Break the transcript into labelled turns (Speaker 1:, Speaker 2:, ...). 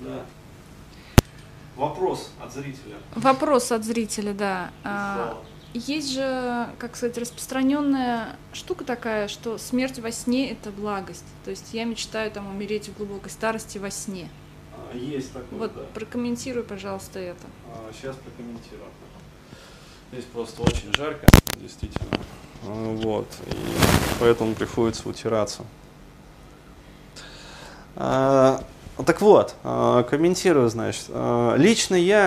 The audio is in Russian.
Speaker 1: Да. Вопрос от зрителя.
Speaker 2: Вопрос от зрителя, да.
Speaker 1: из
Speaker 2: А,
Speaker 1: зала.
Speaker 2: Есть же, как сказать, распространенная штука такая, что смерть во сне это благость. То есть я мечтаю там умереть в глубокой старости во сне.
Speaker 1: А, Есть такой,
Speaker 2: Вот
Speaker 1: да.
Speaker 2: прокомментируй, пожалуйста, это.
Speaker 1: Сейчас прокомментирую. Здесь просто очень жарко, действительно. А, Вот. И поэтому приходится утираться. А, Так вот, а, комментирую, значит. А, Лично я